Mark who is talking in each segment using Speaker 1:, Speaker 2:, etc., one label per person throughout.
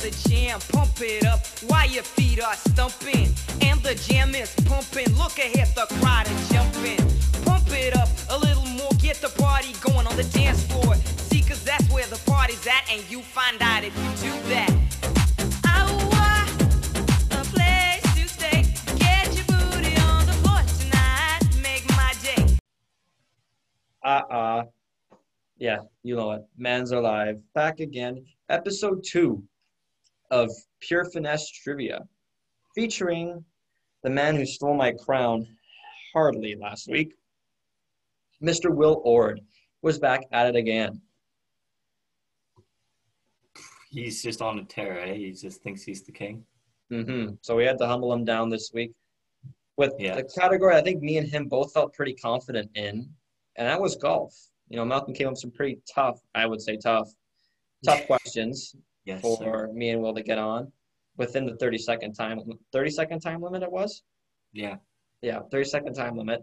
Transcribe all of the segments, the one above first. Speaker 1: the jam, pump it up while your feet are stumping. And the jam is pumping, look ahead, the crowd is jumping. Pump it up a little more, get the party going on the dance floor. See, cause that's where the party's at, and you find out if you do that. I want a place to stay. Get your booty on the floor tonight, make my day.
Speaker 2: Uh uh Yeah, you know it. Man's Alive. Back again. Episode two of Pure Finesse Trivia. Featuring the man who stole my crown hardly last week. Mr. Will Ord was back at it again.
Speaker 3: He's just on a tear, eh? He just thinks he's the king.
Speaker 2: hmm So we had to humble him down this week with
Speaker 3: Yeah.
Speaker 2: the category I think me and him both felt pretty confident in, and that was golf. You know, Malcolm came up with some pretty tough, I would say tough, tough questions
Speaker 3: Yes. sir.
Speaker 2: for me and Will to get on within the 30 second time 30 second time limit it was
Speaker 3: Yeah.
Speaker 2: yeah 30 second time limit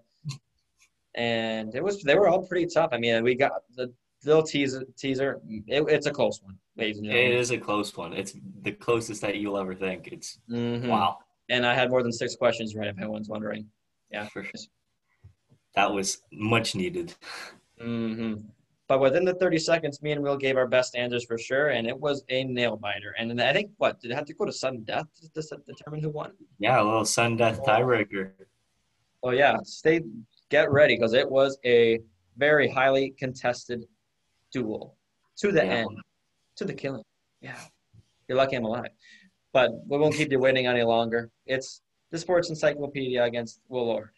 Speaker 2: and it was they were all pretty tough i mean we got the little teaser teaser it, it's a close one ladies and
Speaker 3: It
Speaker 2: gentlemen
Speaker 3: is a close one. It's the closest that you'll ever think. It's
Speaker 2: Mhm.
Speaker 3: wow.
Speaker 2: and i had more than six questions right if anyone's wondering Yeah.
Speaker 3: For sure. That was much needed.
Speaker 2: hmm But within the 30 seconds, me and Will gave our best answers for sure, and it was a nail biter. And then I think what did it have to go to sudden death to dis- determine who won?
Speaker 3: Yeah, a little sun death tiebreaker.
Speaker 2: Oh yeah, stay get ready because it was a very highly contested duel to the
Speaker 3: Yeah.
Speaker 2: end, to the killing. Yeah, you're lucky I'm alive, but we won't keep you waiting any longer. It's the Sports Encyclopedia against Will Lord.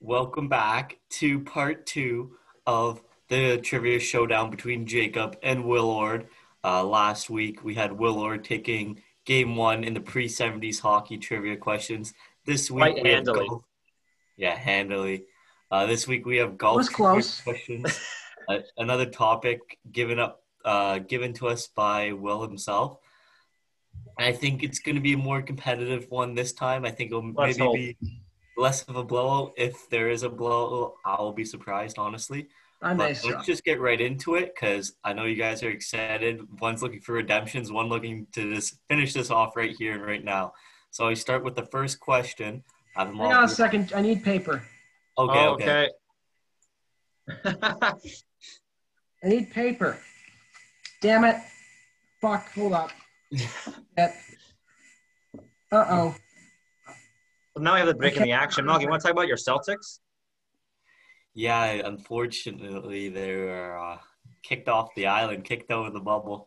Speaker 3: Welcome back to part two of the trivia showdown between Jacob and Willard. Uh, last week we had Willard taking game one in the pre 70s hockey trivia questions. This week
Speaker 2: Quite
Speaker 3: we have
Speaker 2: handily.
Speaker 3: golf- Yeah, handily. Uh, this week we have golf
Speaker 4: was
Speaker 3: trivia
Speaker 4: close.
Speaker 3: questions. uh, another topic given up, uh, given to us by Will himself. I think it's going to be a more competitive one this time. I think it'll
Speaker 2: Let's
Speaker 3: maybe
Speaker 2: hope.
Speaker 3: be less of a blowout. If there is a blowout, I'll be surprised, honestly.
Speaker 4: I
Speaker 3: But
Speaker 4: may
Speaker 3: let's
Speaker 4: suck.
Speaker 3: just get right into it because I know you guys are excited. One's looking for redemptions, one looking to just finish this off right here and right now. So I start with the first question. I have them
Speaker 4: Hang
Speaker 3: all-
Speaker 4: on a second. I need paper.
Speaker 3: Okay,
Speaker 2: Oh,
Speaker 5: Oh,
Speaker 3: okay.
Speaker 4: I need paper. Damn it. Fuck. Hold up. Yep. Uh oh.
Speaker 5: Well, now we have the break in the action. Malcolm, you want to talk about your Celtics?
Speaker 3: Yeah, unfortunately, they were uh, kicked off the island, kicked out of the bubble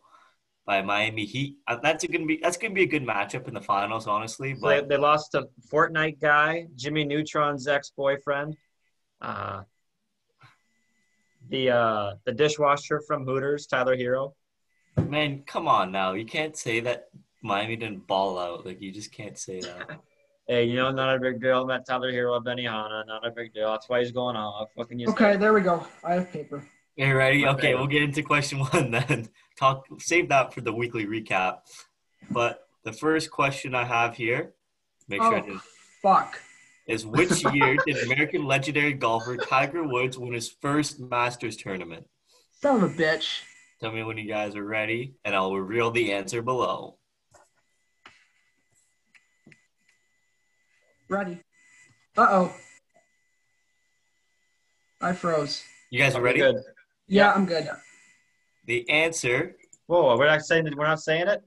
Speaker 3: by Miami Heat. Uh, That's gonna be that's gonna be a good matchup in the finals, honestly.
Speaker 5: So they,
Speaker 3: But
Speaker 5: they lost to Fortnite guy, Jimmy Neutron's ex-boyfriend, uh, the uh, the dishwasher from Hooters, Tyler Hero.
Speaker 3: man, come on now, you can't say that Miami didn't ball out. Like you just can't say that.
Speaker 5: Hey, you know, not a big deal. Met Tyler Hero of Benihana, not a big deal. That's why he's going off. What can you
Speaker 4: Okay,
Speaker 5: say?
Speaker 4: there we go. I have paper.
Speaker 3: All righty, okay,
Speaker 5: Okay.
Speaker 3: we'll get into question one then. Talk, save that for the weekly recap. But the first question I have here, make sure I did
Speaker 4: Oh, fuck.
Speaker 3: is which year did American legendary golfer Tiger Woods win his first Masters tournament?
Speaker 4: Son of a bitch.
Speaker 3: Tell me when you guys are ready, and I'll reveal the answer below.
Speaker 4: Ready. Uh oh. I froze.
Speaker 3: You guys are ready?
Speaker 5: Good.
Speaker 4: Yeah, I'm good.
Speaker 3: The answer.
Speaker 5: Whoa, we're not saying it. We're not saying it.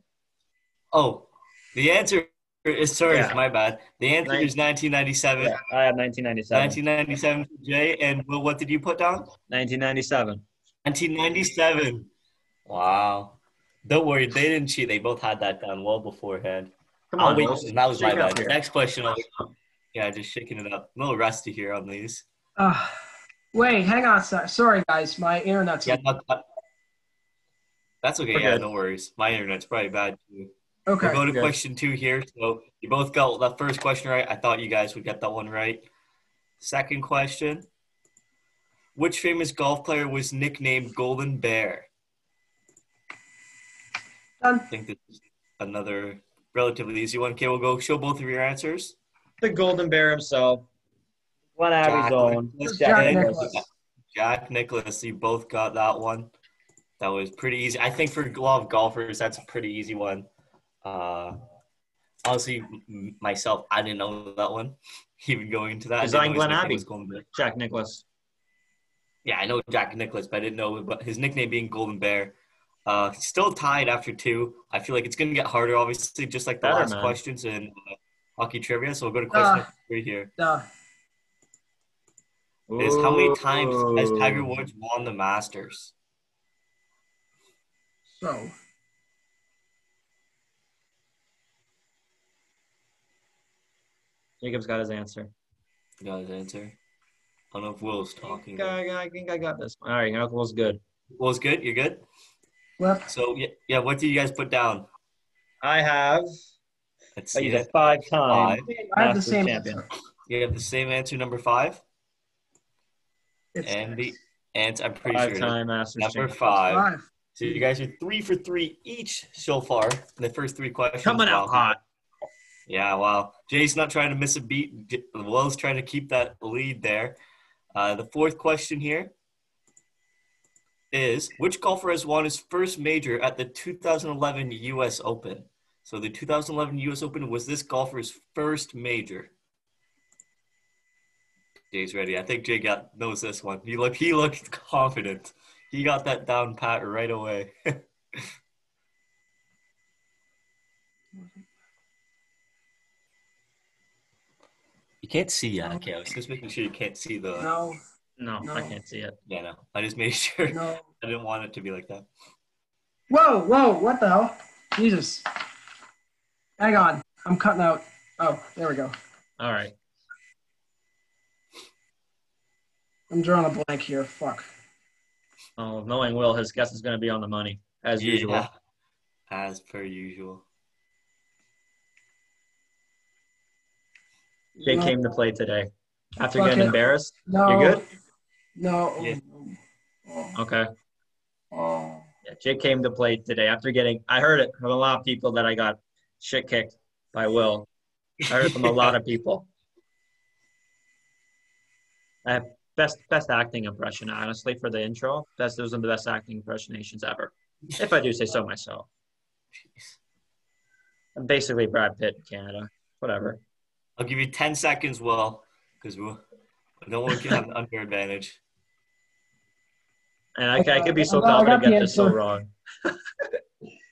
Speaker 3: Oh, the answer is sorry,
Speaker 5: Yeah.
Speaker 3: my bad. The answer
Speaker 5: Nin-
Speaker 3: is 1997.
Speaker 2: Yeah, I had 1997.
Speaker 3: 1997 for Jay, and Will, what did you put down?
Speaker 2: 1997.
Speaker 3: 1997. Wow. Don't worry, they didn't cheat. They both had that down well beforehand.
Speaker 5: Come
Speaker 3: Oh,
Speaker 5: on,
Speaker 3: wait,
Speaker 5: Will.
Speaker 3: that was my
Speaker 5: Shake it up
Speaker 3: bad.
Speaker 5: here.
Speaker 3: Next question. I'll- Yeah, just shaking it up. A little rusty here on these.
Speaker 4: Uh, wait, hang on a sec. Sorry, guys. My internet's.
Speaker 3: Yeah, not, not- that's okay.
Speaker 5: We're
Speaker 3: Yeah,
Speaker 5: good.
Speaker 3: no worries. My internet's probably bad too. We'll
Speaker 4: Okay.
Speaker 3: go to
Speaker 5: good.
Speaker 3: question two here. So you both got that first question right. I thought you guys would get that one right. Second question. Which famous golf player was nicknamed Golden Bear? I
Speaker 4: Done.
Speaker 3: think this is another relatively easy one. Okay, we'll go show both of your answers.
Speaker 5: The Golden Bear himself.
Speaker 2: Glen Abbey's
Speaker 3: Jack
Speaker 2: own.
Speaker 3: Nicklaus.
Speaker 4: Jack
Speaker 3: and
Speaker 4: Nicklaus.
Speaker 3: Jack Nicholas, you both got that one. That was pretty easy. I think for a lot of golfers, that's a pretty easy one. Uh, honestly, m- myself, I didn't know that one. Even going into that, I didn't
Speaker 2: Design
Speaker 3: know his
Speaker 2: Glen
Speaker 3: nickname
Speaker 2: Abbey.
Speaker 3: was Golden Bear.
Speaker 2: Jack Nicholas.
Speaker 3: Yeah, I know Jack Nicholas, but I didn't know about his nickname being Golden Bear. Uh, still tied after two. I feel like it's going to get harder, obviously, just like the
Speaker 2: Better,
Speaker 3: last
Speaker 2: man.
Speaker 3: questions in uh, hockey trivia. So we'll go to question
Speaker 4: Ah.
Speaker 3: three here.
Speaker 4: Duh.
Speaker 3: Is how many times has
Speaker 2: Ooh.
Speaker 3: Tiger Woods won the Masters?
Speaker 4: So.
Speaker 2: Jacob's got his answer.
Speaker 3: You got his answer. I don't know if Will's
Speaker 2: I
Speaker 3: talking.
Speaker 2: think I, I think I got this. All right, Knuckles, good.
Speaker 3: Will's good. You're good.
Speaker 4: Left.
Speaker 3: So yeah, yeah. What did you guys put down?
Speaker 2: I have.
Speaker 3: Let's
Speaker 2: I
Speaker 3: see.
Speaker 2: used it Oh, five times.
Speaker 4: I have the
Speaker 2: Masters
Speaker 4: same
Speaker 2: champion.
Speaker 4: answer.
Speaker 3: You have the same answer, number five,
Speaker 4: It's
Speaker 3: and the
Speaker 4: six.
Speaker 3: and I'm pretty
Speaker 2: Five
Speaker 3: sure
Speaker 2: time Masters
Speaker 3: number
Speaker 2: champion.
Speaker 3: five.
Speaker 4: Five.
Speaker 3: So you guys are three for three each so far in the first three questions.
Speaker 2: Coming out
Speaker 3: Wow.
Speaker 2: hot.
Speaker 3: Yeah, wow. Jay's not trying to miss a beat. J- Will's trying to keep that lead there. Uh, the fourth question here is Which golfer has won his first major at the 2011 US Open? So the 2011 US Open was this golfer's first major. Jay's ready. I think Jay got knows this one. He looked he looked confident. He got that down pat right away. You can't see. Yeah, okay. I was just making sure you can't see the.
Speaker 4: No.
Speaker 2: No, I
Speaker 4: No.
Speaker 2: can't see it.
Speaker 3: Yeah, no. I just made sure.
Speaker 4: No.
Speaker 3: I didn't want it to be like that.
Speaker 4: Whoa, whoa, what the hell? Jesus. Hang on. I'm cutting out. Oh, there we go.
Speaker 2: All right.
Speaker 4: I'm drawing a blank here. Fuck.
Speaker 2: Oh, knowing Will, his guess is going to be on the money as usual.
Speaker 3: Yeah. As per usual.
Speaker 2: Jay
Speaker 4: No.
Speaker 2: came to play today. After
Speaker 4: Fuck
Speaker 2: getting
Speaker 4: it.
Speaker 2: embarrassed,
Speaker 4: No.
Speaker 2: you good?
Speaker 4: No.
Speaker 3: Yeah.
Speaker 4: Oh,
Speaker 2: Okay.
Speaker 4: oh.
Speaker 2: Yeah, Jay came to play today after getting. I heard it from a lot of people that I got shit kicked by Will. I heard it from a lot of people. I have best best acting impression, honestly, for the intro. That's those are the best acting impersonations ever, if I do say so myself. I'm basically Brad Pitt in Canada. Whatever.
Speaker 3: I'll give you 10 seconds, Will, because we'll, no one can have an unfair advantage.
Speaker 2: And I, ca- I could be so
Speaker 4: Okay, I got- I
Speaker 2: confident I
Speaker 4: got
Speaker 2: get
Speaker 4: the
Speaker 2: this so
Speaker 4: answer.
Speaker 2: wrong.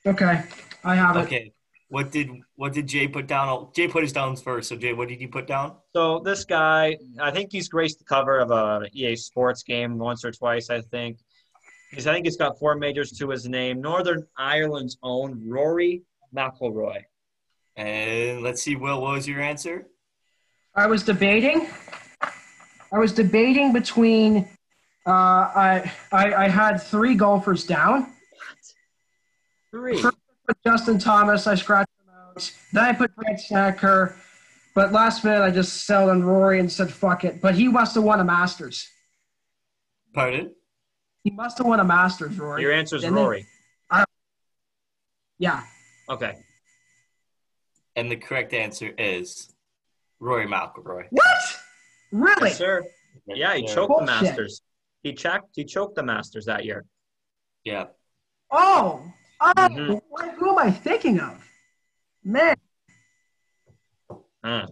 Speaker 4: Okay. I have it.
Speaker 3: Okay. What did what did Jay put down? Oh, Jay put his downs first. So Jay, what did you put down?
Speaker 2: So this guy, I think he's graced the cover of a EA Sports game once or twice. I think he's. I think he's got four majors to his name. Northern Ireland's own Rory McIlroy.
Speaker 3: And let's see, Will, what was your answer?
Speaker 4: I was debating. I was debating between. Uh, I, I I had three golfers down.
Speaker 2: Three.
Speaker 4: But Justin Thomas, I scratched him out. Then I put Brad Snacker, but last minute I just settled on Rory and said fuck it. But he must have won a Masters.
Speaker 3: Pardon?
Speaker 4: He must have won a Masters, Rory.
Speaker 2: Your answer is
Speaker 4: Didn't he?
Speaker 2: Rory.
Speaker 4: yeah.
Speaker 2: Okay.
Speaker 3: And the correct answer is Rory McIlroy.
Speaker 4: What? Really?
Speaker 2: Yes, sir. Yeah, he
Speaker 3: Right there.
Speaker 2: choked the
Speaker 4: Bullshit.
Speaker 2: Masters. He checked. He choked the Masters that year.
Speaker 3: Yeah.
Speaker 4: Oh, oh,
Speaker 2: Mhm.
Speaker 4: what, who am I thinking of? Man,
Speaker 2: Huh.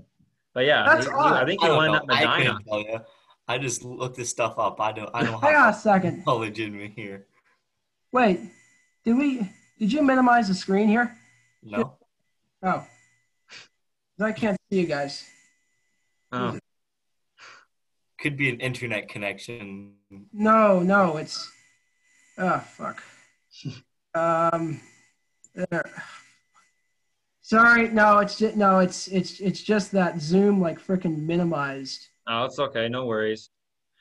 Speaker 2: But yeah,
Speaker 4: That's
Speaker 2: he- he-
Speaker 4: odd.
Speaker 2: I think he
Speaker 3: don't
Speaker 2: won
Speaker 3: know.
Speaker 2: at
Speaker 3: I
Speaker 2: Medina.
Speaker 3: couldn't tell you. I just looked this stuff up. I don't. I don't
Speaker 4: hang on a
Speaker 3: have
Speaker 4: second.
Speaker 3: knowledge in me here.
Speaker 4: Wait, did we? Did you minimize the screen here?
Speaker 3: No.
Speaker 4: Oh, I can't see you guys.
Speaker 2: Oh.
Speaker 3: Could be an internet connection.
Speaker 4: No, no, it's. Oh fuck. um, there. Sorry, no, it's just, no, it's it's it's just that Zoom like freaking minimized.
Speaker 2: oh, it's okay. No worries.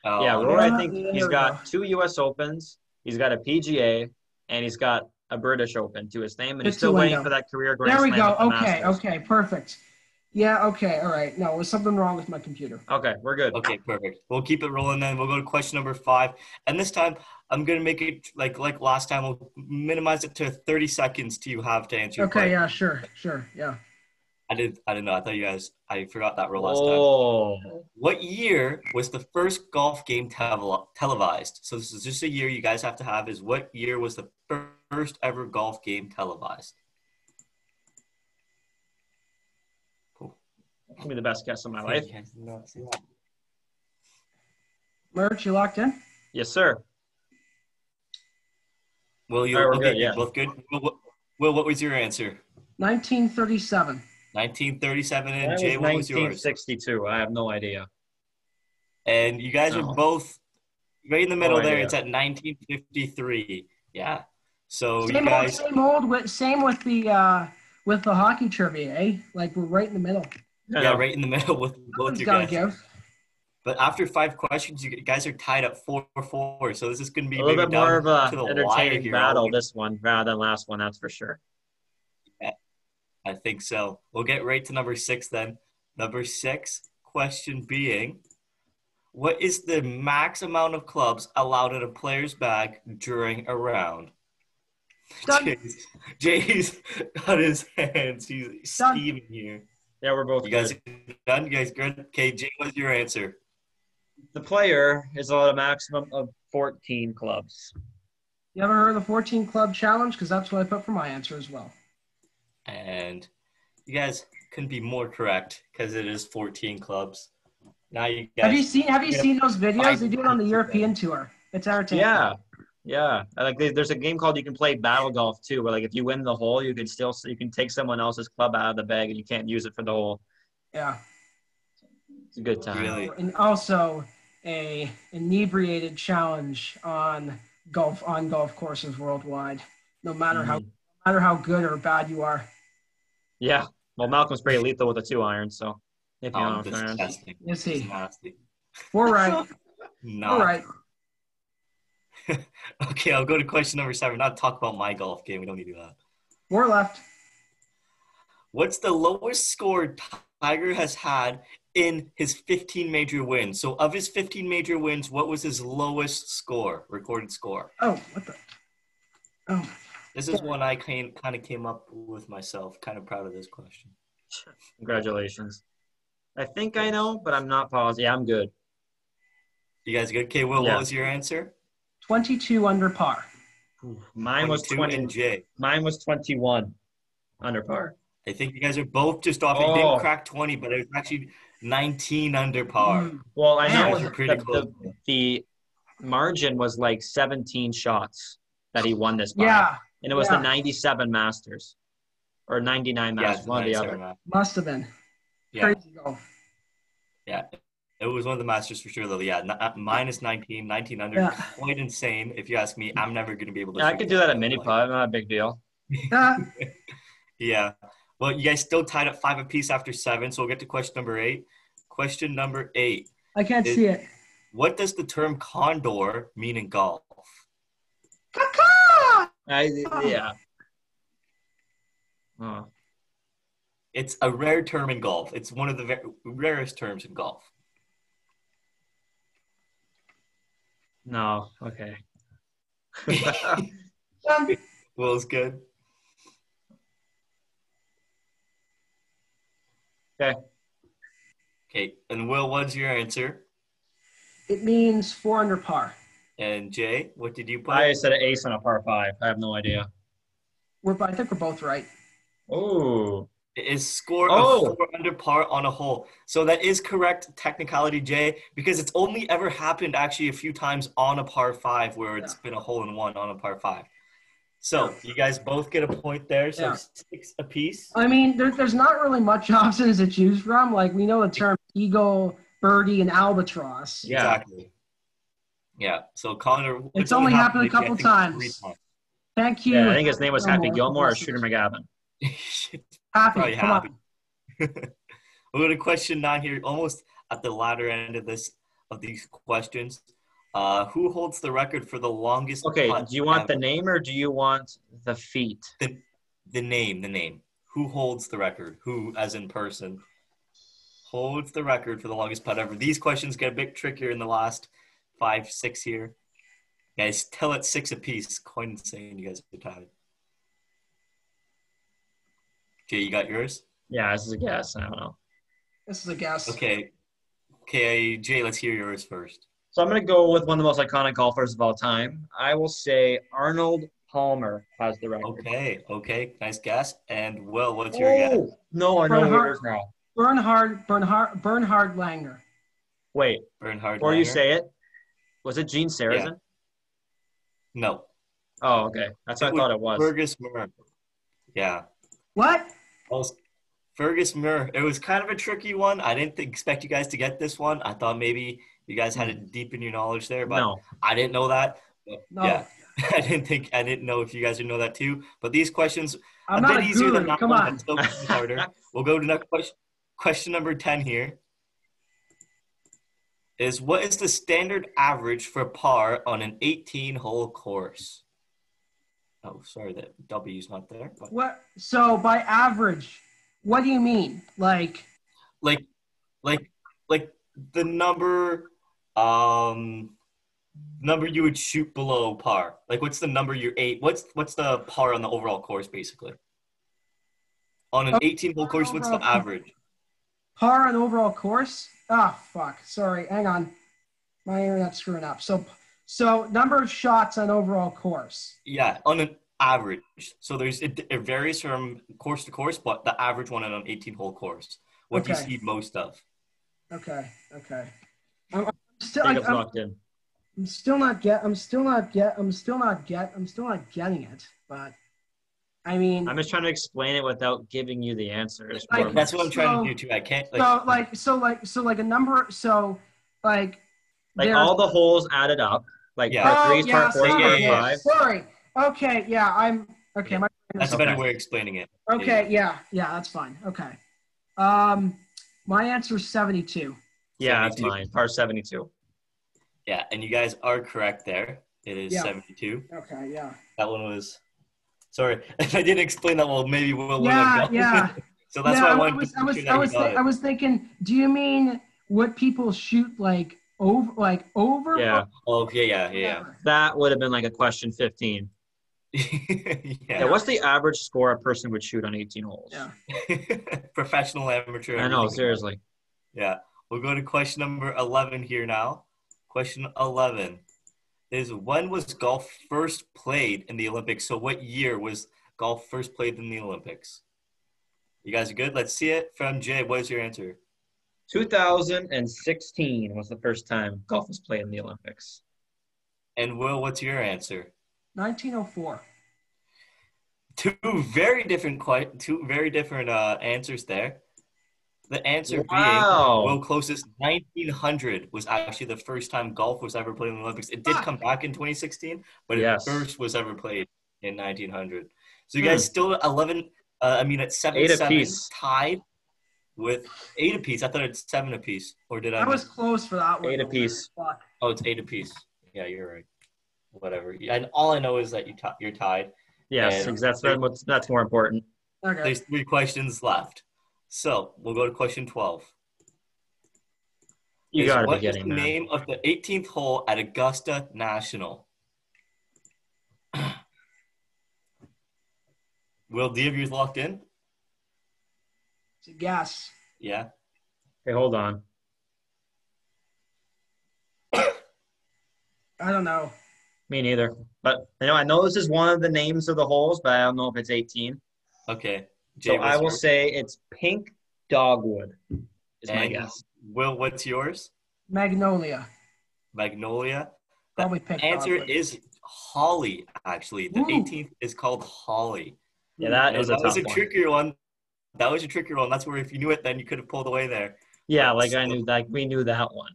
Speaker 3: Oh,
Speaker 2: Yeah, Rory, I
Speaker 4: Yeah,
Speaker 2: think
Speaker 4: there
Speaker 2: he's
Speaker 4: we
Speaker 2: got two U.S. Opens, he's got a PGA, and he's got a British Open to his name, and he's
Speaker 4: Just
Speaker 2: still
Speaker 4: the
Speaker 2: waiting
Speaker 4: window.
Speaker 2: for that career grand
Speaker 4: There we
Speaker 2: slam
Speaker 4: go.
Speaker 2: at the
Speaker 4: Okay,
Speaker 2: Masters.
Speaker 4: okay, perfect. Yeah, okay, all right. No, there's something wrong with my computer.
Speaker 2: okay, we're good.
Speaker 3: Okay, perfect. We'll keep it rolling then. We'll go to question number five. And this time, I'm going to make it like like last time. We'll minimize it to 30 seconds to you have to answer. your
Speaker 4: Okay,
Speaker 3: question.
Speaker 4: yeah, sure, sure, yeah.
Speaker 3: I did. I didn't know. I thought you guys. I forgot that rule last time.
Speaker 2: Oh,
Speaker 3: What year was the first golf game tevel- televised? So this is just a year you guys have to have. Is what year was the fir- first ever golf game televised?
Speaker 2: give me the best guess of my life.
Speaker 4: Merch, you locked in?
Speaker 2: Yes, sir.
Speaker 3: Will you?
Speaker 2: All right, we're
Speaker 3: okay,
Speaker 2: good,
Speaker 3: you're
Speaker 2: yeah.
Speaker 3: both good. Will, what- Will, what was your answer?
Speaker 4: 1937.
Speaker 3: 1937
Speaker 2: Mine
Speaker 3: and
Speaker 2: was
Speaker 3: Jay, what was yours?
Speaker 2: 1962. I have no idea.
Speaker 3: And you guys
Speaker 2: Oh.
Speaker 3: are both right in the middle there.
Speaker 2: idea.
Speaker 3: It's at 1953. Yeah. So
Speaker 4: same
Speaker 3: Oh, you
Speaker 4: old,
Speaker 3: guys,
Speaker 4: same old. With, same with the uh, with the hockey trivia, eh? Like we're right in the middle.
Speaker 3: yeah, right in the middle with both
Speaker 4: Someone's
Speaker 3: you
Speaker 4: gotta
Speaker 3: guys.
Speaker 4: give.
Speaker 3: But after five questions, you guys are tied up four four. So this is going to be
Speaker 2: a little
Speaker 3: maybe
Speaker 2: bit more of
Speaker 3: down
Speaker 2: a
Speaker 3: to the wire
Speaker 2: entertaining
Speaker 3: here.
Speaker 2: battle this one rather than last one. That's for sure.
Speaker 3: I think so. We'll get right to number six then. Number six question being, what is the max amount of clubs allowed in a player's bag during a round?
Speaker 4: Done.
Speaker 3: Jay's, Jay's got his hands. He's
Speaker 4: Done.
Speaker 3: steaming here.
Speaker 2: Yeah, we're both
Speaker 3: You guys
Speaker 2: good.
Speaker 3: done? You guys good? Okay, Jay, what's your answer?
Speaker 2: The player is allowed a maximum of 14 clubs.
Speaker 4: You ever heard of the 14 club challenge? Because that's what I put for my answer as well.
Speaker 3: And you guys couldn't be more correct because it is 14 clubs. Now you guys.
Speaker 4: Have you seen Have you
Speaker 3: Yeah.
Speaker 4: seen those videos?
Speaker 3: Five
Speaker 4: They do it on the
Speaker 3: minutes
Speaker 4: European tour. It's entertaining.
Speaker 2: Yeah, yeah. I Like they, there's a game called you can play battle golf too, where like if you win the hole, you can still you can take someone else's club out of the bag and you can't use it for the hole.
Speaker 4: yeah.
Speaker 2: It's a good time.
Speaker 3: Really?
Speaker 4: And also a inebriated challenge on golf on golf courses worldwide. No matter how
Speaker 3: Mm.
Speaker 2: Mhm.
Speaker 4: no matter how good or bad you are,
Speaker 2: Yeah. Well, Malcolm's pretty lethal with a two iron, so if you
Speaker 3: Oh,
Speaker 2: know what I'm saying.
Speaker 3: disgusting.
Speaker 4: you
Speaker 3: This is
Speaker 4: see.
Speaker 3: nasty.
Speaker 4: We're right.
Speaker 3: Not
Speaker 4: We're right.
Speaker 3: Okay, I'll go to question number seven. Not talk about my golf game. We don't need to do that.
Speaker 4: We're left.
Speaker 3: What's the lowest score Tiger has had in his 15 major wins? So, of his 15 major wins, what was his lowest score, recorded score?
Speaker 4: Oh, what the? Oh,
Speaker 3: This is one I came, kind of came up with myself. Kind of proud of this question.
Speaker 2: Congratulations. I think I know, but I'm not positive. Yeah, I'm good.
Speaker 3: You guys good? Okay, Will,
Speaker 2: Yeah.
Speaker 3: what was your answer?
Speaker 4: 22 under par.
Speaker 2: Mine was
Speaker 3: 22
Speaker 2: 20.
Speaker 3: and Jay.
Speaker 2: Mine was 21 under par.
Speaker 3: I think you guys are both just off. You
Speaker 2: Oh.
Speaker 3: didn't crack 20, but it was actually 19 under par.
Speaker 4: Mm.
Speaker 2: Well, I
Speaker 3: You
Speaker 2: know
Speaker 3: guys are
Speaker 2: the,
Speaker 3: pretty close.
Speaker 2: the, the margin was like 17 shots that he won this by.
Speaker 4: Yeah,
Speaker 2: And it was
Speaker 4: yeah.
Speaker 2: the 97 Masters or 99
Speaker 3: Yeah,
Speaker 2: Masters, one or the other.
Speaker 4: must have been.
Speaker 3: Yeah.
Speaker 4: Crazy golf.
Speaker 3: It was one of the masters for sure, though. Yeah, n- uh, minus 19, 1900.
Speaker 4: Yeah.
Speaker 3: Quite insane. If you ask me, I'm never going to be able to.
Speaker 2: Yeah, I
Speaker 3: figure
Speaker 2: could do that
Speaker 3: out,
Speaker 2: at mini
Speaker 3: like-
Speaker 2: putt. Not a big deal.
Speaker 4: Ah,
Speaker 3: Yeah. Well, you guys still tied up five apiece after seven, so we'll get to question number eight. Question number eight
Speaker 4: I can't
Speaker 3: It-
Speaker 4: see it.
Speaker 3: What does the term condor mean in golf?
Speaker 4: Caw-caw!
Speaker 2: I, yeah. Oh,
Speaker 3: It's a rare term in golf, it's one of the ver- rarest terms in golf.
Speaker 2: no. Okay.
Speaker 4: Um,
Speaker 3: Will's good.
Speaker 2: Okay.
Speaker 3: Okay. And Will, what's your answer?
Speaker 4: It means four under par.
Speaker 3: And Jay, what did you put?
Speaker 2: I said an ace on a par five. I have no idea.
Speaker 4: We're, I think we're both right.
Speaker 2: Oh,
Speaker 3: is score
Speaker 2: Oh.
Speaker 3: of four under par on a hole. So that is correct technicality, Jay, because it's only ever happened actually a few times on a par five where it's been a hole in one on a par five. So you guys both get a point there. So
Speaker 4: Yeah. Oh,
Speaker 3: six apiece.
Speaker 4: I mean, there, there's not really much options to choose from. Like we know the term eagle, birdie, and albatross.
Speaker 2: Yeah.
Speaker 3: Exactly. Yeah. So Connor,
Speaker 4: It's only happened a
Speaker 3: maybe, I
Speaker 4: couple
Speaker 3: think,
Speaker 4: times.
Speaker 3: three
Speaker 4: Thank you.
Speaker 2: yeah. I think his name was Happy
Speaker 4: Gilmore.
Speaker 2: Gilmore or Shooter McGavin.
Speaker 3: times.
Speaker 4: Happy,
Speaker 3: Probably
Speaker 4: come
Speaker 3: happy.
Speaker 4: on.
Speaker 3: We're going to question nine here, almost at the latter end of this of these questions. Uh, who holds the record for the longest?
Speaker 2: Okay.
Speaker 3: putt
Speaker 2: Do you want the
Speaker 3: ever?
Speaker 2: name or do you want the feet?
Speaker 3: the name, the name. Who holds the record? Who, as in person, holds the record for the longest putt ever? These questions get a bit trickier in the last five, six here. Guys, tell it six apiece. Quite insane. You guys are tied. Okay, you got yours?
Speaker 2: Yeah, this is a guess. I don't know.
Speaker 4: This is a guess.
Speaker 3: Okay. Okay, Jay, let's hear yours first.
Speaker 2: So I'm going to go with one of the most iconic golfers of all time. I will say Arnold Palmer has the record.
Speaker 3: Okay, okay, nice guess. And Will, what's your guess?
Speaker 2: Oh, no, I know where it is now.
Speaker 4: Bernhard Bernhard Bernhard Langer.
Speaker 2: Wait,
Speaker 3: Bernhard.
Speaker 2: before you
Speaker 3: Langer?
Speaker 2: say it, was it Gene Sarazen?
Speaker 3: no.
Speaker 2: Oh, okay. That's what I
Speaker 3: It was
Speaker 2: thought it was.
Speaker 3: Fergus Murr. Yeah.
Speaker 4: What?
Speaker 3: Also, Fergus Murr. It was kind of a tricky one. I didn't think- expect you guys to get this one. I thought maybe you guys had to deepen your knowledge there, but
Speaker 2: No.
Speaker 3: I didn't know that.
Speaker 4: No.
Speaker 3: Yeah. I didn't think I didn't know if you guys would know that too. But these questions
Speaker 4: I'm
Speaker 3: a
Speaker 4: not
Speaker 3: bit
Speaker 4: a
Speaker 3: easier than
Speaker 4: guru.
Speaker 3: that
Speaker 4: Come
Speaker 3: one,
Speaker 4: on.
Speaker 3: but still harder. We'll go to next question. Question number ten here is what is the standard average for par on an 18-hole course? Oh, sorry, that W's not there. But
Speaker 4: What so by average, what do you mean? Like
Speaker 3: like like like the number um number you would shoot below par like what's the number you're eight what's what's the par on the overall course basically on an
Speaker 4: Oh,
Speaker 3: 18 hole course what's the
Speaker 4: overall course.
Speaker 3: average
Speaker 4: par and overall course? Ah, fuck. Sorry. Hang on. My internet's screwing up. So, so number of shots on overall course.
Speaker 3: yeah on an average so there's it, it varies from course to course but the average one on an 18 hole course what do
Speaker 4: Okay.
Speaker 3: you see most of
Speaker 4: Okay. Okay. I'm, I'm still. I,
Speaker 2: Jacob's
Speaker 4: am
Speaker 2: locked in.
Speaker 4: I'm still not get. I'm still not get. I'm still not get. I'm still not getting it. But, I mean,
Speaker 2: I'm just trying to explain it without giving you the answers.
Speaker 4: Like,
Speaker 2: Or-
Speaker 3: that's what i'm trying to
Speaker 4: So-
Speaker 3: do too i can't like,
Speaker 4: so like, so like, so like a number. So, like,
Speaker 2: like
Speaker 4: there-
Speaker 2: all the holes added up, like
Speaker 3: Yeah.
Speaker 2: part
Speaker 4: Oh,
Speaker 2: threes,
Speaker 4: yeah,
Speaker 2: part fours,
Speaker 4: sorry,
Speaker 2: part
Speaker 3: yeah, yeah.
Speaker 2: five.
Speaker 4: Sorry. Okay. Yeah. I'm okay. My
Speaker 3: that's a
Speaker 2: Okay.
Speaker 3: better way of explaining it
Speaker 4: okay. Yeah. Yeah. That's fine. Okay. Um, my answer's seventy-two.
Speaker 2: Yeah, that's
Speaker 3: 72.
Speaker 2: mine. Par 72.
Speaker 3: yeah and you guys are correct there it is
Speaker 4: Yeah.
Speaker 3: 72
Speaker 4: Okay. Yeah.
Speaker 3: That one was. Sorry, I didn't explain that well. Maybe we'll. we'll
Speaker 4: Yeah,
Speaker 3: have gone.
Speaker 4: yeah.
Speaker 3: so that's
Speaker 4: yeah,
Speaker 3: why I
Speaker 4: I
Speaker 3: wanted
Speaker 4: was,
Speaker 3: to
Speaker 4: I
Speaker 3: make
Speaker 4: was,
Speaker 3: sure
Speaker 4: I
Speaker 3: that
Speaker 4: was,
Speaker 3: we got
Speaker 4: thi-
Speaker 3: it.
Speaker 4: I was thinking. Do you mean what people shoot like over, like over?
Speaker 2: Yeah.
Speaker 3: Oh yeah, yeah, yeah,
Speaker 2: That would have been like a question 15.
Speaker 3: yeah.
Speaker 2: Yeah. what's the average score a person would shoot on 18 holes?
Speaker 4: Yeah.
Speaker 3: Professional amateur.
Speaker 2: I know,
Speaker 3: everything.
Speaker 2: seriously.
Speaker 3: Yeah, we'll go to question number eleven here now. Question eleven is when was golf first played in the Olympics? So what year was golf first played in the Olympics? You guys are good. Let's see it from Jay. What is your answer?
Speaker 2: 2016 was the first time golf was played in the Olympics.
Speaker 3: And Will, what's your answer?
Speaker 4: 1904.
Speaker 3: two very different que- two very different uh, answers there. The answer
Speaker 2: Wow.
Speaker 3: being well closest 1900 was actually the first time golf was ever played in the Olympics. It did
Speaker 4: Fuck.
Speaker 3: come back in 2016, but
Speaker 2: Yes.
Speaker 3: it first was ever played in 1900. So you
Speaker 2: Hmm.
Speaker 3: guys still at 11 uh, I mean at 7
Speaker 2: Eight
Speaker 3: 7
Speaker 2: apiece.
Speaker 3: tied with 8 apiece. I thought it's 7 apiece or did I
Speaker 4: I was
Speaker 3: miss-
Speaker 4: close for that one.
Speaker 2: Eight apiece.
Speaker 4: Fuck.
Speaker 3: Oh, it's 8 apiece. Yeah, you're right. Whatever. And all I know is that you ti you're tied.
Speaker 2: Yes,
Speaker 3: Yeah.
Speaker 2: ex- that's, that's, that's more important.
Speaker 4: Okay.
Speaker 3: There's three questions left. So we'll go to question 12.
Speaker 2: You
Speaker 3: Is
Speaker 2: got to
Speaker 3: what
Speaker 2: be
Speaker 3: is
Speaker 2: getting
Speaker 3: the
Speaker 2: that.
Speaker 3: name of the 18th hole at Augusta National? Will, do you have yours locked in?
Speaker 4: It's a guess.
Speaker 3: Yeah.
Speaker 2: Hey, hold on.
Speaker 4: I don't know.
Speaker 2: Me neither. But you know, I know this is one of the names of the holes, but I don't know if it's 18.
Speaker 3: Okay.
Speaker 2: So I
Speaker 3: what's
Speaker 2: will
Speaker 3: yours?
Speaker 2: say it's pink dogwood. Is my
Speaker 3: And
Speaker 2: guess.
Speaker 3: Will, what's yours?
Speaker 4: Magnolia.
Speaker 3: Magnolia.
Speaker 4: Probably picked.
Speaker 3: Answer
Speaker 4: Dogwood.
Speaker 3: is Holly, actually. The
Speaker 4: Ooh.
Speaker 3: 18th is called Holly.
Speaker 2: Yeah, that
Speaker 3: Now,
Speaker 2: is a
Speaker 3: that was
Speaker 2: tough
Speaker 3: a
Speaker 2: one.
Speaker 3: trickier one. That was a trickier one. That's where if you knew it, then you could have pulled away there.
Speaker 2: Yeah, like I knew, like we knew that one.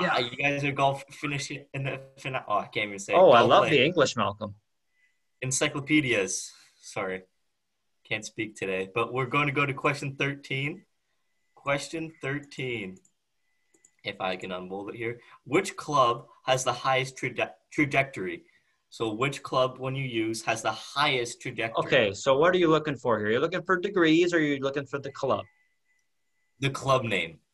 Speaker 3: Yeah.
Speaker 4: Yeah.
Speaker 3: you guys are golf finishing in the final. Oh, I can't even say. it.
Speaker 2: Oh, I
Speaker 3: Golf
Speaker 2: love
Speaker 3: like
Speaker 2: the English, Malcolm.
Speaker 3: encyclopedias. Sorry, can't speak today. But we're going to go to question thirteen. Question thirteen. If I can unmold it here, which club has the highest traje- trajectory? So, which club when you use has the highest trajectory?
Speaker 2: Okay, so what are you looking for here? You're looking for degrees, or you're looking for the club?
Speaker 3: The club name.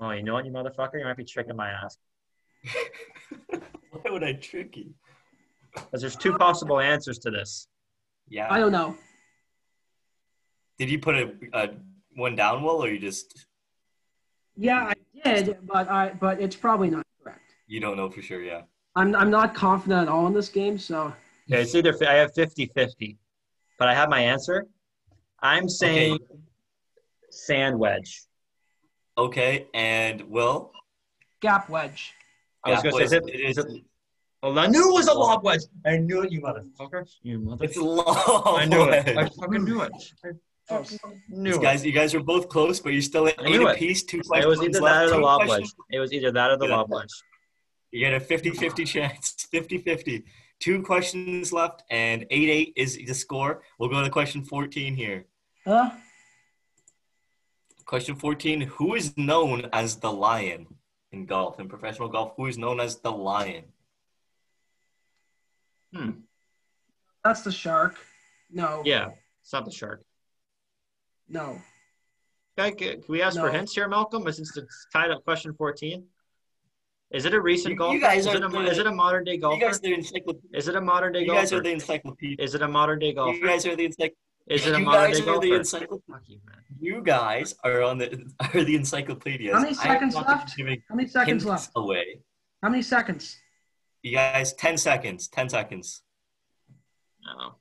Speaker 2: Oh, you know what, you motherfucker, you might be tricking my ass.
Speaker 3: Why would I trick you?
Speaker 2: Because there's two possible answers to this.
Speaker 3: Yeah.
Speaker 4: I don't know.
Speaker 3: Did you put a, a one down, Will, or you just
Speaker 4: Yeah, I did, but I but it's probably not correct.
Speaker 3: you don't know for sure? Yeah.
Speaker 4: I'm I'm not confident at all in this game, so
Speaker 2: Okay, it's either I have 50 50, but I have my answer. I'm saying sand wedge.
Speaker 3: Okay, and Will.
Speaker 4: gap wedge.
Speaker 2: I was
Speaker 3: Yeah,
Speaker 2: going to say, is
Speaker 3: boys,
Speaker 2: it, is it, well, I knew it was a lob wedge. I knew it, you motherfucker. You
Speaker 3: It's
Speaker 2: motherfucker.
Speaker 3: low.
Speaker 2: I knew it. I fucking knew it. I
Speaker 4: Oh,
Speaker 2: fucking
Speaker 3: You
Speaker 2: knew it.
Speaker 3: guys, you guys were both close, but you're still at
Speaker 2: I
Speaker 3: eight
Speaker 2: knew it.
Speaker 3: apiece. Two
Speaker 2: It
Speaker 3: questions
Speaker 2: was either
Speaker 3: left.
Speaker 2: that or the
Speaker 3: two
Speaker 2: lob
Speaker 3: questions
Speaker 2: wedge. It was either that or the
Speaker 3: Yeah.
Speaker 2: lob wedge.
Speaker 3: You get a 50-50 chance, 50-50. Two questions left, and 8-8 is the score. We'll go to question 14 here.
Speaker 4: Huh?
Speaker 3: Question 14, who is known as the lion in golf? In professional golf, who is known as the lion?
Speaker 4: That's the shark. No.
Speaker 2: Yeah, it's not the shark.
Speaker 4: No.
Speaker 2: Okay, c- can we ask for
Speaker 4: No.
Speaker 2: hints here, Malcolm? Since it's tied up question 14. Is it a recent
Speaker 3: You- you
Speaker 2: golfer?
Speaker 3: guys
Speaker 2: is,
Speaker 3: are
Speaker 2: it a, mo-
Speaker 3: the-
Speaker 2: is it a modern day golfer?
Speaker 3: You guys are the encyclopedia.
Speaker 2: is it a modern day
Speaker 3: You
Speaker 2: golfer?
Speaker 3: guys are the encyclopedia.
Speaker 2: is it a modern day golfer?
Speaker 3: You guys are the encyclopedia.
Speaker 2: is it a
Speaker 3: you
Speaker 2: modern
Speaker 3: guys
Speaker 2: day
Speaker 3: are the
Speaker 2: golfer?
Speaker 3: encyclo-
Speaker 2: Fuck you, man.
Speaker 3: You guys are on the are the encyclopedias.
Speaker 4: How many
Speaker 3: I am
Speaker 4: seconds
Speaker 3: not
Speaker 4: left?
Speaker 3: Giving
Speaker 4: How many
Speaker 3: hints
Speaker 4: seconds left?
Speaker 3: away.
Speaker 4: How many seconds?
Speaker 3: You guys, ten seconds. Ten seconds.
Speaker 2: No.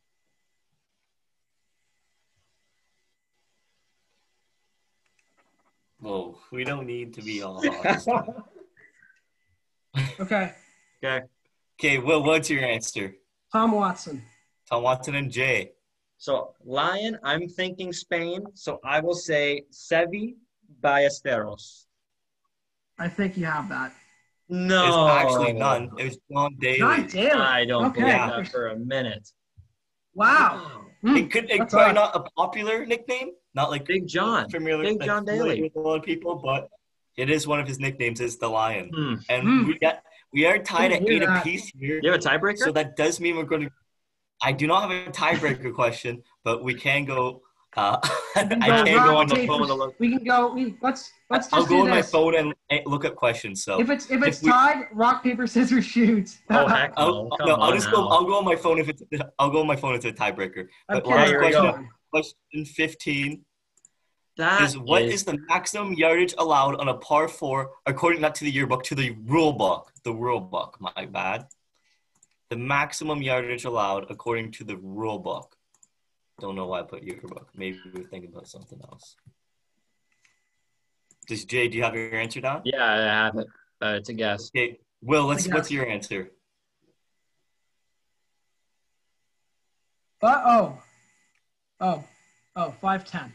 Speaker 3: Whoa, we don't need to be all. honest.
Speaker 4: Okay.
Speaker 3: okay, Will, what's your answer?
Speaker 4: Tom Watson.
Speaker 3: Tom Watson and Jay.
Speaker 2: So lion, I'm thinking Spain. So I will say Sevi Ballesteros.
Speaker 4: I think you have that.
Speaker 2: No,
Speaker 3: It's actually none. It was John Daly.
Speaker 4: John Daly.
Speaker 2: I don't
Speaker 4: okay.
Speaker 2: believe that for a minute.
Speaker 4: Wow. Hmm.
Speaker 3: It could. It's
Speaker 4: That's
Speaker 3: probably
Speaker 4: odd.
Speaker 3: not a popular nickname. Not like
Speaker 2: Big John.
Speaker 3: familiar,
Speaker 2: Big
Speaker 3: like,
Speaker 2: John
Speaker 3: familiar
Speaker 2: Daly.
Speaker 3: with a lot of people, but it is one of his nicknames. Is the Lion,
Speaker 2: Hmm.
Speaker 3: and
Speaker 4: Hmm.
Speaker 3: we got we are tied at
Speaker 4: Didn't hear
Speaker 3: eight
Speaker 4: that.
Speaker 3: apiece here.
Speaker 2: You have a tiebreaker?
Speaker 3: So that does mean we're going to. I do not have a tiebreaker question, but we can go. Uh, I
Speaker 4: can go
Speaker 3: can go on
Speaker 4: round
Speaker 3: the
Speaker 4: table.
Speaker 3: phone. And look.
Speaker 4: We can go. We, let's let's just
Speaker 3: I'll
Speaker 4: do
Speaker 3: go on my
Speaker 4: this.
Speaker 3: phone and, and look up questions. So
Speaker 4: If it's if it's
Speaker 3: If we-
Speaker 4: tied, rock paper scissors shoot.
Speaker 2: Oh heck no!
Speaker 3: I'll, no,
Speaker 2: Come
Speaker 3: I'll
Speaker 2: on
Speaker 3: just
Speaker 2: now.
Speaker 3: go. I'll go on my phone if it's. I'll go on my phone if it's a tiebreaker.
Speaker 4: I'm
Speaker 3: But last
Speaker 2: here
Speaker 4: kidding.
Speaker 2: we go.
Speaker 3: question, question fifteen
Speaker 2: That
Speaker 3: is what is the maximum yardage allowed on a par four according not to the yearbook to the rule book? The rule book, my bad. The maximum yardage allowed according to the rule book. Don't know why I put yearbook. Maybe we were thinking about something else. Does Jay, do you have your answer down?
Speaker 2: Yeah, I have it. Uh, it's a guess.
Speaker 3: Okay. Will, let's,
Speaker 4: Yeah.
Speaker 3: what's your answer?
Speaker 4: Uh oh. Oh. Oh, 5'10.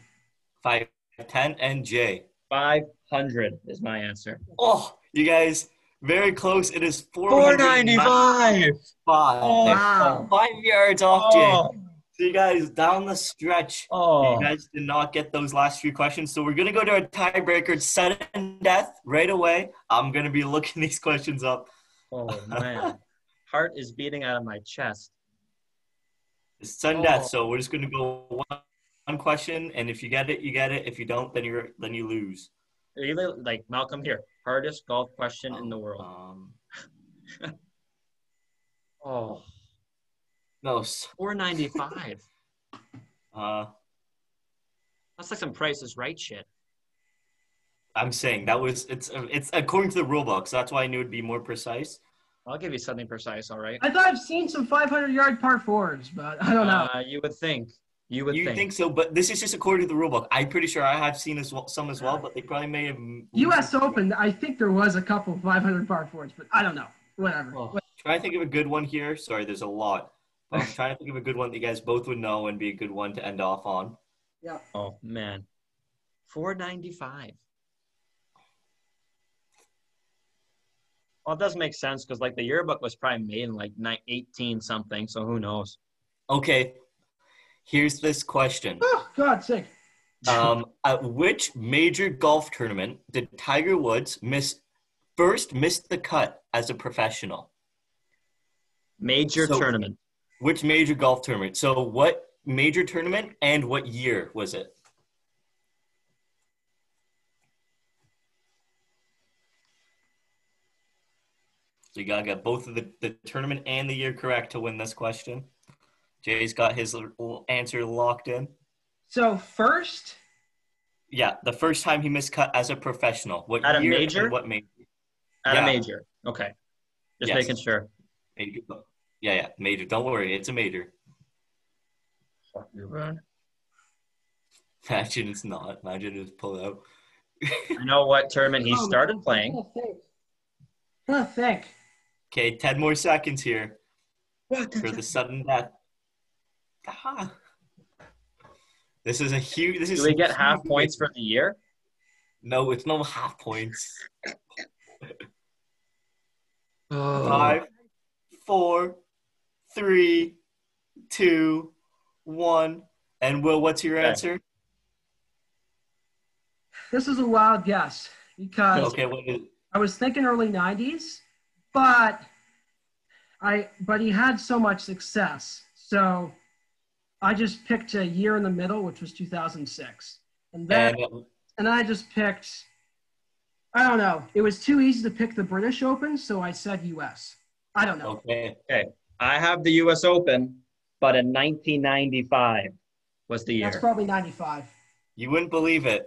Speaker 3: Five, ten, and Jay.
Speaker 2: Five hundred is my answer.
Speaker 3: Oh, you guys, very close. It is
Speaker 2: Four ninety-five. Oh,
Speaker 4: wow.
Speaker 3: Five yards off, Jay.
Speaker 2: Oh,
Speaker 3: So you guys down the stretch.
Speaker 2: oh.
Speaker 3: You guys did not get those last few questions, so we're gonna go to a tiebreaker, sudden death right away. I'm gonna be looking these questions up.
Speaker 2: Oh man, heart is beating out of my chest.
Speaker 3: It's sudden death, so we're just gonna go one, one question, and if you get it, you get it. If you don't, then you're then you lose.
Speaker 2: Really, like Malcolm here, hardest golf question in the world.
Speaker 3: Um,
Speaker 2: Oh,
Speaker 3: no, s-
Speaker 2: 495.
Speaker 3: uh,
Speaker 2: That's like some Price is Right shit.
Speaker 3: I'm saying that was it's it's according to the rule book, so that's why I knew it'd be more precise.
Speaker 2: I'll give you something precise, all right?
Speaker 4: I thought I've seen some 500 yard par fours, but I don't know.
Speaker 2: Uh, you would think. You would
Speaker 3: you
Speaker 2: think.
Speaker 3: think. so, but this is just according to the rule book. I'm pretty sure I have seen as well, some as well, but they probably may have.
Speaker 4: U.S. Open, I think there was a couple 500 par fours, but I don't know. Whatever.
Speaker 2: Oh.
Speaker 3: Try to think of a good one here. Sorry, there's a lot. But I'm trying to think of a good one that you guys both would know and be a good one to end off on.
Speaker 2: Oh man, 495. Well, it does make sense because like the yearbook was probably made in like ni- 18 something, so who knows?
Speaker 3: Okay, here's this question.
Speaker 4: Oh, God's sake.
Speaker 3: Um, at which major golf tournament did Tiger Woods miss first miss the cut as a professional?
Speaker 2: Major
Speaker 3: So-
Speaker 2: tournament.
Speaker 3: Which major golf tournament? So what major tournament and what year was it? So you gotta get both of the, the tournament and the year correct to win this question. Jay's got his l- l- answer locked in.
Speaker 4: So first,
Speaker 3: Yeah, the first time he miscut as a professional. What
Speaker 2: At a
Speaker 3: year and
Speaker 2: major?
Speaker 3: What major?
Speaker 2: At a
Speaker 3: Yeah.
Speaker 2: major. Okay. Just
Speaker 3: Yes.
Speaker 2: making sure.
Speaker 3: major? Yeah, yeah, major. Don't worry, it's a major.
Speaker 2: Fuck you, man.
Speaker 3: Imagine it's not. Imagine it's pulled out.
Speaker 2: I know what tournament he
Speaker 4: Oh,
Speaker 2: started
Speaker 4: I'm
Speaker 2: playing.
Speaker 4: gonna think. I'm gonna think.
Speaker 3: Okay, ten more seconds here
Speaker 2: What?
Speaker 3: for the sudden death. Ah. This is a huge. This is.
Speaker 2: Do we get half points for the year?
Speaker 3: No, it's no half points.
Speaker 2: Oh.
Speaker 3: Five, four, three, two, one. And Will, what's your
Speaker 2: Okay.
Speaker 3: answer?
Speaker 4: This is a wild guess because
Speaker 3: Okay, what is
Speaker 4: I was thinking early '90s, but I but he had so much success, so I just picked a year in the middle, which was 2006, and then
Speaker 3: and uh,
Speaker 4: and I just picked. I don't know. It was too easy to pick the British Open, so I said U.S. I don't know.
Speaker 3: okay.
Speaker 2: I have the U.S. Open, but in 1995 was the
Speaker 4: That's
Speaker 2: year.
Speaker 4: probably '95.
Speaker 3: You wouldn't believe it.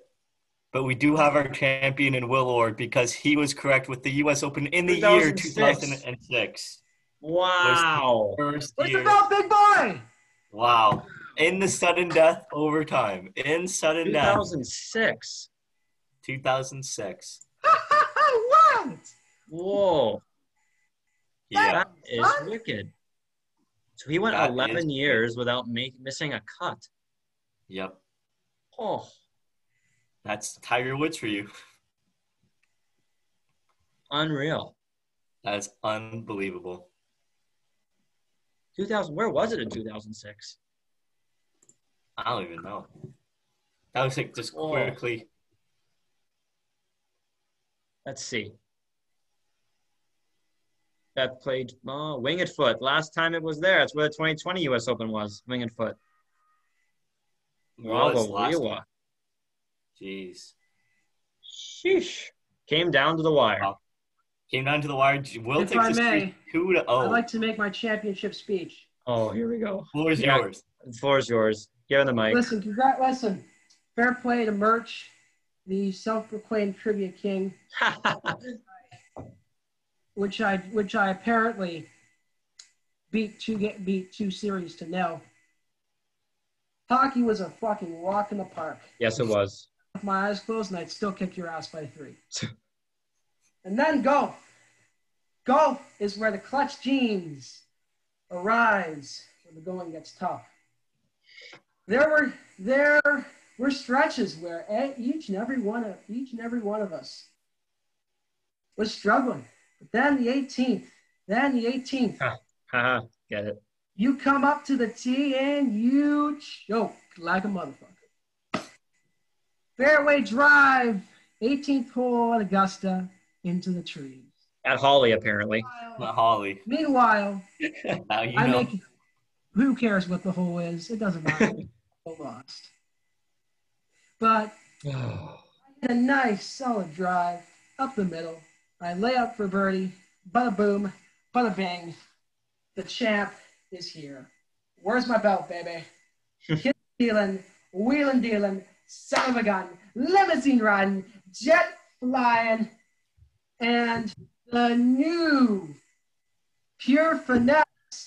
Speaker 3: But we do have our champion in Will Ord because he was correct with the US Open in the year
Speaker 2: 2006.
Speaker 3: 2006.
Speaker 2: Wow.
Speaker 3: First
Speaker 4: What's
Speaker 3: year.
Speaker 4: about Big Boy?
Speaker 3: Wow. In the sudden death overtime. In
Speaker 4: uh,
Speaker 3: sudden death
Speaker 2: 2006.
Speaker 3: 2006.
Speaker 4: what?
Speaker 2: Whoa.
Speaker 3: Yeah.
Speaker 2: That is
Speaker 4: What?
Speaker 2: wicked. So he went
Speaker 3: That
Speaker 2: 11
Speaker 3: is-
Speaker 2: years without make, missing a cut.
Speaker 3: Yep.
Speaker 2: Oh,
Speaker 3: That's Tiger Woods for you.
Speaker 2: unreal.
Speaker 3: That's unbelievable.
Speaker 2: 2000. Where was it in 2006?
Speaker 3: I don't even know. That was like just
Speaker 2: Whoa.
Speaker 3: quickly.
Speaker 2: Let's see. That played oh, Winged Foot. Last time it was there. That's where the 2020 U.S. Open was. Winged Foot.
Speaker 3: Well, it's last-
Speaker 2: Wawa.
Speaker 3: Jeez.
Speaker 2: Sheesh. Came down to the wire.
Speaker 3: Wow. Came down to the wire. Will
Speaker 4: If
Speaker 3: takes
Speaker 4: I
Speaker 3: this
Speaker 4: may,
Speaker 3: two to
Speaker 4: I'd
Speaker 3: oh.
Speaker 4: like to make my championship speech.
Speaker 2: Oh, here we go.
Speaker 3: Floor is
Speaker 2: Yeah.
Speaker 3: yours.
Speaker 2: The floor is yours. Give him the mic.
Speaker 4: Listen, congrat, listen. Fair play to Merch, the self-proclaimed trivia king, which I which I apparently beat two ga- beat two series to nil. Hockey was a fucking walk in the park.
Speaker 2: yes, it was.
Speaker 4: With my eyes closed, and I'd still kick your ass by three. and then golf. Golf is where the clutch genes arise when the going gets tough. There were there were stretches where e- each and every one of each and every one of us was struggling. But then the 18th, then the 18th,
Speaker 2: Haha, Get it.
Speaker 4: you come up to the tee and you choke like a motherfucker. Fairway drive, 18th hole at Augusta, into the trees.
Speaker 2: At Holly, apparently.
Speaker 3: Not Holly.
Speaker 4: Meanwhile,
Speaker 3: Now you
Speaker 4: I
Speaker 3: know.
Speaker 4: make who cares what the hole is? It doesn't matter. I lost. But a nice solid drive up the middle. I lay up for birdie. Bada boom, bada bang. The champ is here. Where's my belt, baby? Kid dealing, wheeling dealing, son of a gun, limousine riding, jet flying, and the new pure finesse.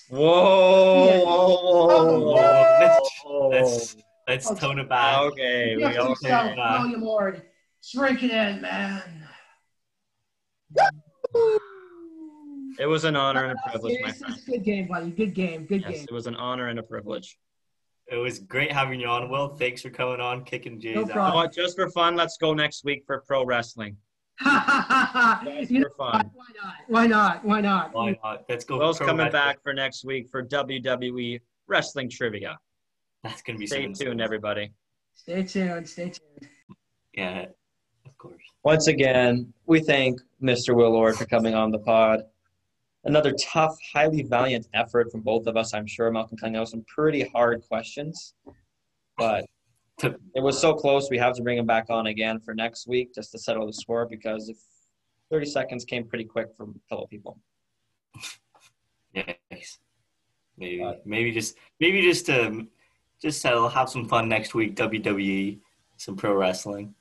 Speaker 2: Whoa,
Speaker 4: Yeah.
Speaker 2: whoa, whoa,
Speaker 3: Whoa.
Speaker 2: whoa.
Speaker 3: Let's let's
Speaker 4: Okay.
Speaker 3: tone it back.
Speaker 2: Okay, we
Speaker 4: Gift
Speaker 2: all uh,
Speaker 4: yourself,
Speaker 3: that.
Speaker 4: William Ward. Drink it in, man.
Speaker 2: It was an honor and a privilege, my
Speaker 4: Seriously,
Speaker 2: friend.
Speaker 4: it's a good game, buddy. Good game. Good
Speaker 2: Yes,
Speaker 4: game.
Speaker 2: it was an honor and a privilege.
Speaker 3: It was great having you on. Will, thanks for coming on, kicking Jay's
Speaker 4: No
Speaker 2: You know
Speaker 4: problem.
Speaker 3: out.
Speaker 2: what, just for fun, let's go next week for pro wrestling.
Speaker 4: Ha ha ha ha.
Speaker 2: Just
Speaker 4: You know
Speaker 2: for
Speaker 4: what?
Speaker 2: fun.
Speaker 4: Why not? Why not? Why
Speaker 3: Why
Speaker 4: not?
Speaker 3: not? Let's go.
Speaker 2: Will's
Speaker 3: pro
Speaker 2: coming
Speaker 3: wrestling.
Speaker 2: back for next week for WWE wrestling trivia.
Speaker 3: That's gonna be
Speaker 2: Stay
Speaker 3: soon.
Speaker 2: tuned, everybody.
Speaker 4: Stay tuned. Stay tuned.
Speaker 3: Yeah, of course.
Speaker 6: Once again, we thank Mr. Willard for coming on the pod. Another tough, highly valiant effort from both of us, I'm sure. Malcolm Cunningham that was some pretty hard questions, but it was so close. We have to bring him back on again for next week just to settle the score because if 30 seconds came pretty quick for fellow people.
Speaker 3: Yikes. Maybe,
Speaker 2: Uh,
Speaker 3: maybe just, maybe just to, just to have some fun next week. WWE, some pro wrestling.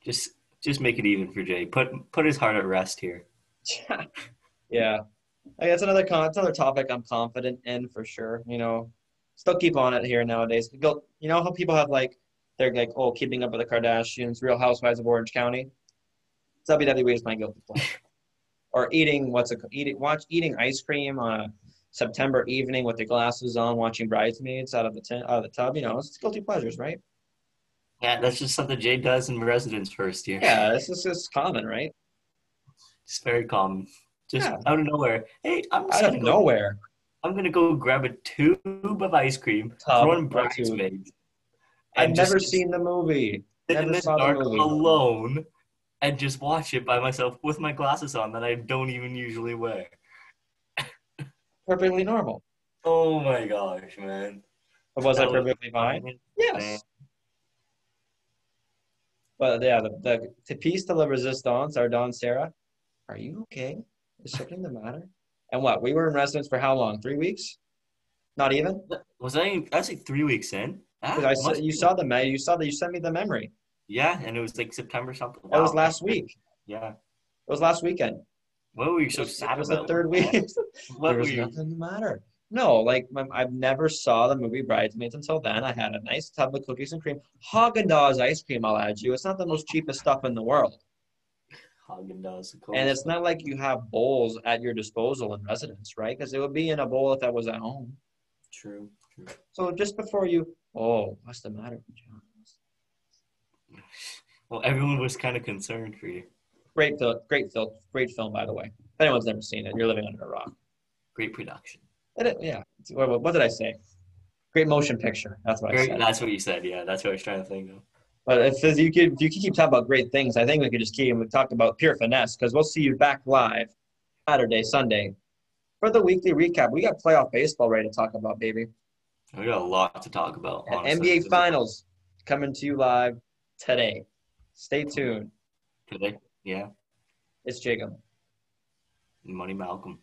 Speaker 3: Just, just make it even for Jay. Put, put his heart at rest here.
Speaker 2: yeah, I guess another con- it's another topic I'm confident in for sure. You know, still keep on it here nowadays. Go, you know how people have like they're like, oh, keeping up with the Kardashians, Real Housewives of Orange County. WWE is my guilty pleasure. or eating what's a eating watch eating ice cream on a September evening with your glasses on, watching bridesmaids out of the tin out of the tub. You know, it's guilty pleasures, right?
Speaker 3: Yeah, that's just something Jay does in residence first year.
Speaker 2: Yeah, this is just common, right?
Speaker 3: It's very common. Just
Speaker 2: Yeah.
Speaker 3: out of nowhere. Hey, I'm just
Speaker 2: Out of
Speaker 3: gonna go-
Speaker 2: nowhere.
Speaker 3: I'm gonna go grab a tube of ice cream,
Speaker 2: Tub
Speaker 3: throw in
Speaker 2: or tube.
Speaker 3: bridesmaids.
Speaker 2: I've
Speaker 3: and
Speaker 2: never
Speaker 3: just
Speaker 2: seen the movie.
Speaker 3: sit
Speaker 2: never
Speaker 3: in the
Speaker 2: saw the
Speaker 3: dark
Speaker 2: movie.
Speaker 3: alone and just watch it by myself with my glasses on that I don't even usually wear.
Speaker 2: Perfectly normal.
Speaker 3: Oh my gosh, man.
Speaker 2: Or was I
Speaker 3: That was-
Speaker 2: perfectly fine? Yes. But yeah, the, the, the piece de la resistance, our Don Sarah, are you okay? Is something the matter? And what? We were in residence for how long? Three weeks? Not even?
Speaker 3: Was I in- that's like three weeks in? Ah,
Speaker 2: 'Cause I saw,
Speaker 3: must
Speaker 2: you
Speaker 3: be.
Speaker 2: saw the me- you saw that you sent me the memory.
Speaker 3: Yeah, and it was like September something.
Speaker 2: That was
Speaker 3: Wow.
Speaker 2: last week.
Speaker 3: Yeah.
Speaker 2: It was last weekend.
Speaker 3: What were you so
Speaker 2: it was,
Speaker 3: sad
Speaker 2: it was
Speaker 3: about?
Speaker 2: the third week.
Speaker 3: What
Speaker 2: there
Speaker 3: were
Speaker 2: was
Speaker 3: you
Speaker 2: nothing the matter. No, like my, I've never saw the movie Bridesmaids until then. I had a nice tub of cookies and cream. Haagen Dazs ice cream, I'll add you. It's not the most cheapest stuff in the world,
Speaker 3: Haagen-Dazs, of
Speaker 2: and
Speaker 3: course.
Speaker 2: it's not like you have bowls at your disposal in residence, right? Because it would be in a bowl if that was at home.
Speaker 3: True. true.
Speaker 2: So just before you, oh, what's the matter, John?
Speaker 3: Well, everyone was kind of concerned for you.
Speaker 2: Great film, great film, great film, by the way. If anyone's never seen it, you're living under a rock.
Speaker 3: Great production.
Speaker 2: It, it- yeah. It's- What, what- what did I say? Great motion picture. That's what I
Speaker 3: Great,
Speaker 2: said.
Speaker 3: that's what you said. Yeah, that's what I was trying to think of.
Speaker 2: But if if you could, if you could keep talking about great things, I think we could just keep and talk about pure finesse because we'll see you back live Saturday, Sunday for the weekly recap. We got playoff baseball ready to talk about, baby.
Speaker 3: We got a lot to talk about.
Speaker 2: And
Speaker 3: honestly.
Speaker 2: NBA Finals coming to you live today. Stay tuned.
Speaker 3: today. Yeah,
Speaker 2: It's Jacob.
Speaker 3: Money Malcolm.